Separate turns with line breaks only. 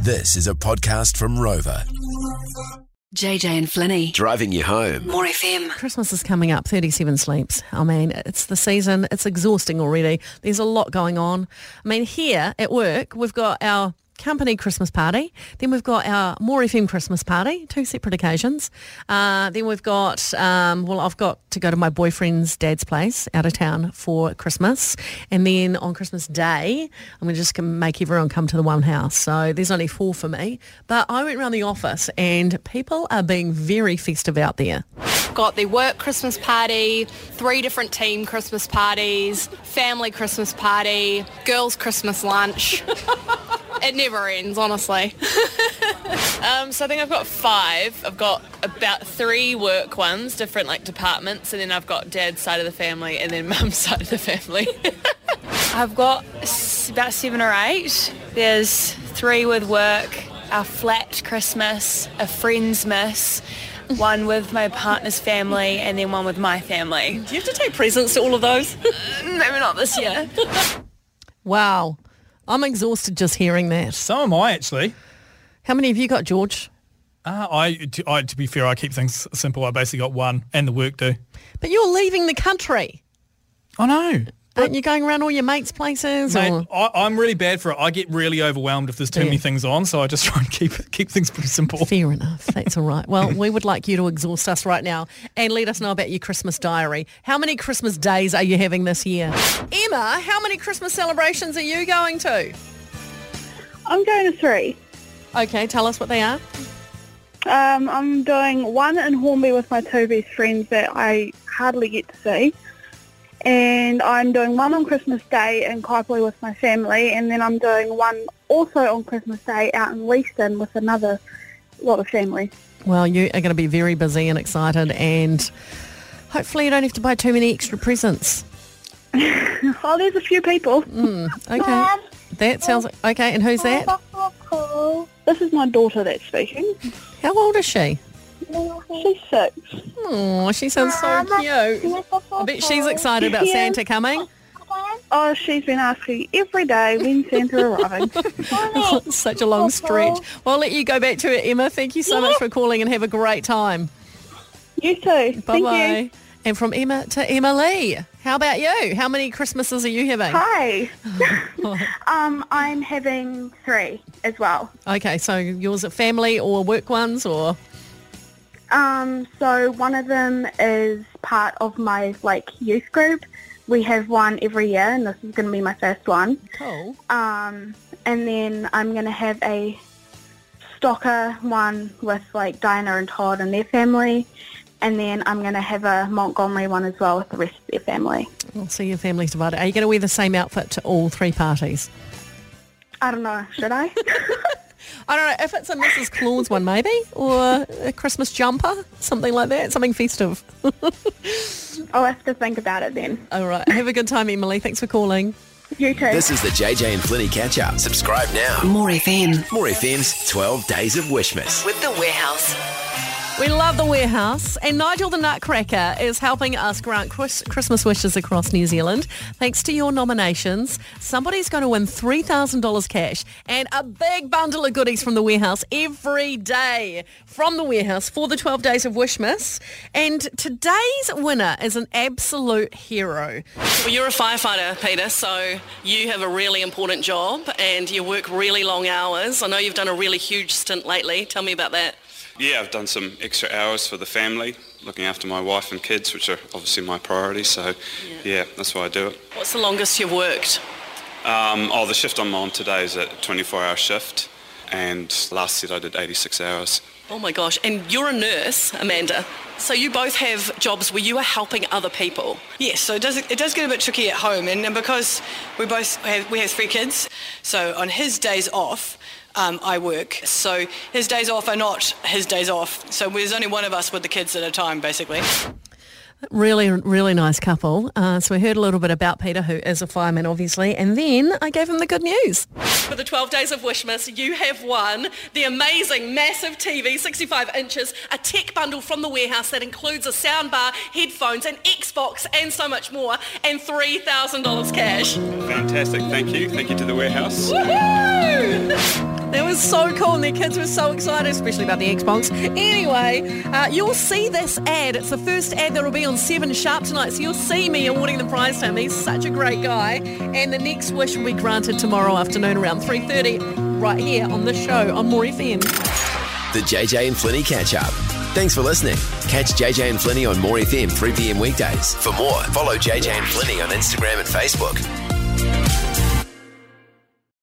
This is a podcast from Rover,
JJ and Flinny.
driving you home.
More FM.
Christmas is coming up, 37 sleeps. I mean, it's the season. It's exhausting already. There's a lot going on. I mean, here at work, we've got our company Christmas party. Then we've got our More FM Christmas party, two separate occasions. Uh, then we've got, um, well, I've got to go to my boyfriend's dad's place out of town for Christmas. And then on Christmas Day, I'm going to just make everyone come to the one house. So there's only four for me. But I went round the office and people are being very festive out there.
got the work Christmas party, three different team Christmas parties, family Christmas party, girls Christmas lunch. it never ends, honestly.
Um, so I think I've got five. I've got about three work ones, different like departments, and then I've got dad's side of the family and then mum's side of the family.
I've got s- about seven or eight. There's three with work, our flat Christmas, a friend's miss, one with my partner's family, and then one with my family.
you have to take presents to all of those.
Maybe not this year.
Wow. I'm exhausted just hearing that.
So am I actually.
How many have you got, George?
Uh, I, to, I, to be fair, I keep things simple. I basically got one and the work do.
But you're leaving the country.
I know.
Aren't you going around all your mates' places?
Mate,
or-
I, I'm really bad for it. I get really overwhelmed if there's too
Yeah.
many things on, so I just try and keep keep things pretty simple.
Fair enough. That's all right. Well, we would like you to exhaust us right now and let us know about your Christmas diary. How many Christmas days are you having this year? Emma, how many Christmas celebrations are you going to?
I'm going to three.
Okay, tell us what they are.
Um, I'm doing one in Hornby with my two best friends that I hardly get to see. And I'm doing one on Christmas Day in Kaipoi with my family. And then I'm doing one also on Christmas Day out in Leeston with another lot of family.
Well, you are going to be very busy and excited and hopefully you don't have to buy too many extra presents.
Oh, there's a few people. Um,
Okay. That sounds okay. And who's that?
This is my daughter that's speaking.
How old is she?
She's six.
Oh, she sounds so cute. I bet she's excited about
Yeah.
Santa coming.
Oh, she's been asking every day when Santa arriving.
It's such a long stretch. Well, I'll let you go back to it, Emma. Thank you so much for calling and have a great time.
You too.
Bye
Thank you.
bye. And from Emma to Emma Lee. How about you? How many Christmases are you having?
Hi. um, I'm having three as well.
Okay, so yours are family or work ones or
Um, so one of them is part of my like youth group. We have one every year, and this is going to be my first one.
cool.
Um, and then I'm going to have a stalker one with like Diana and Todd and their family. And then I'm going to have a Montgomery one as well with the rest of their family.
We'll see your family's divided. Are you going to wear the same outfit to all three parties?
I don't know, should I?
I don't know if it's a Mrs. Claus one maybe or a Christmas jumper, something like that, something festive.
I'll have to think about it then.
All right. Have a good time, Emily. Thanks for calling.
You too.
This is the JJ and Flinny catch up. Subscribe now.
More FM.
More FM's 12 Days of Wishmas.
With the warehouse.
We love the warehouse, and Nigel the Nutcracker is helping us grant Chris- Christmas wishes across New Zealand. Thanks to your nominations, somebody's going to win three thousand dollars cash and a big bundle of goodies from the warehouse every day from the warehouse for the twelve days of Wishmas. And today's winner is an absolute hero.
Well, you're a firefighter, Peter, so you have a really important job and you work really long hours. I know you've done a really huge stint lately. Tell me about that.
Yeah, I've done some extra hours for the family, looking after my wife and kids, which are obviously my priority. So, yeah, that's why I do it.
What's the longest you've worked?
Um, oh, the shift I'm on today is a 24-hour shift, and last set I did 86 hours.
Oh my gosh. And you're a nurse, Amanda. So you both have jobs where you are helping other people.
Yes, so it does, it does get a bit tricky at home, and, and because we both have, we have three kids, so on his days off, um, I work. So his days off are not his days off. So there's only one of us with the kids at a time, basically.
Really, really nice couple. Uh, so we heard a little bit about Peter, who is a fireman, obviously, and then I gave him the good news.
For the 12 Days of Wishmas, you have won the amazing massive TV, 65 inches, a tech bundle from the warehouse that includes a soundbar, headphones, an Xbox, and so much more, and $3,000 cash.
Fantastic, thank you. Thank you to the warehouse.
Woo!
That was so cool and their kids were so excited, especially about the Xbox. Anyway, uh, you'll see this ad. It's the first ad that will be on 7 Sharp tonight, so you'll see me awarding the prize to him. He's such a great guy. And the next wish will be granted tomorrow afternoon around 3.30 right here on the show on More FM.
The JJ and Flinny catch up. Thanks for listening. Catch JJ and Flinny on More FM 3 p.m. weekdays. For more, follow JJ and Flinny on Instagram and Facebook.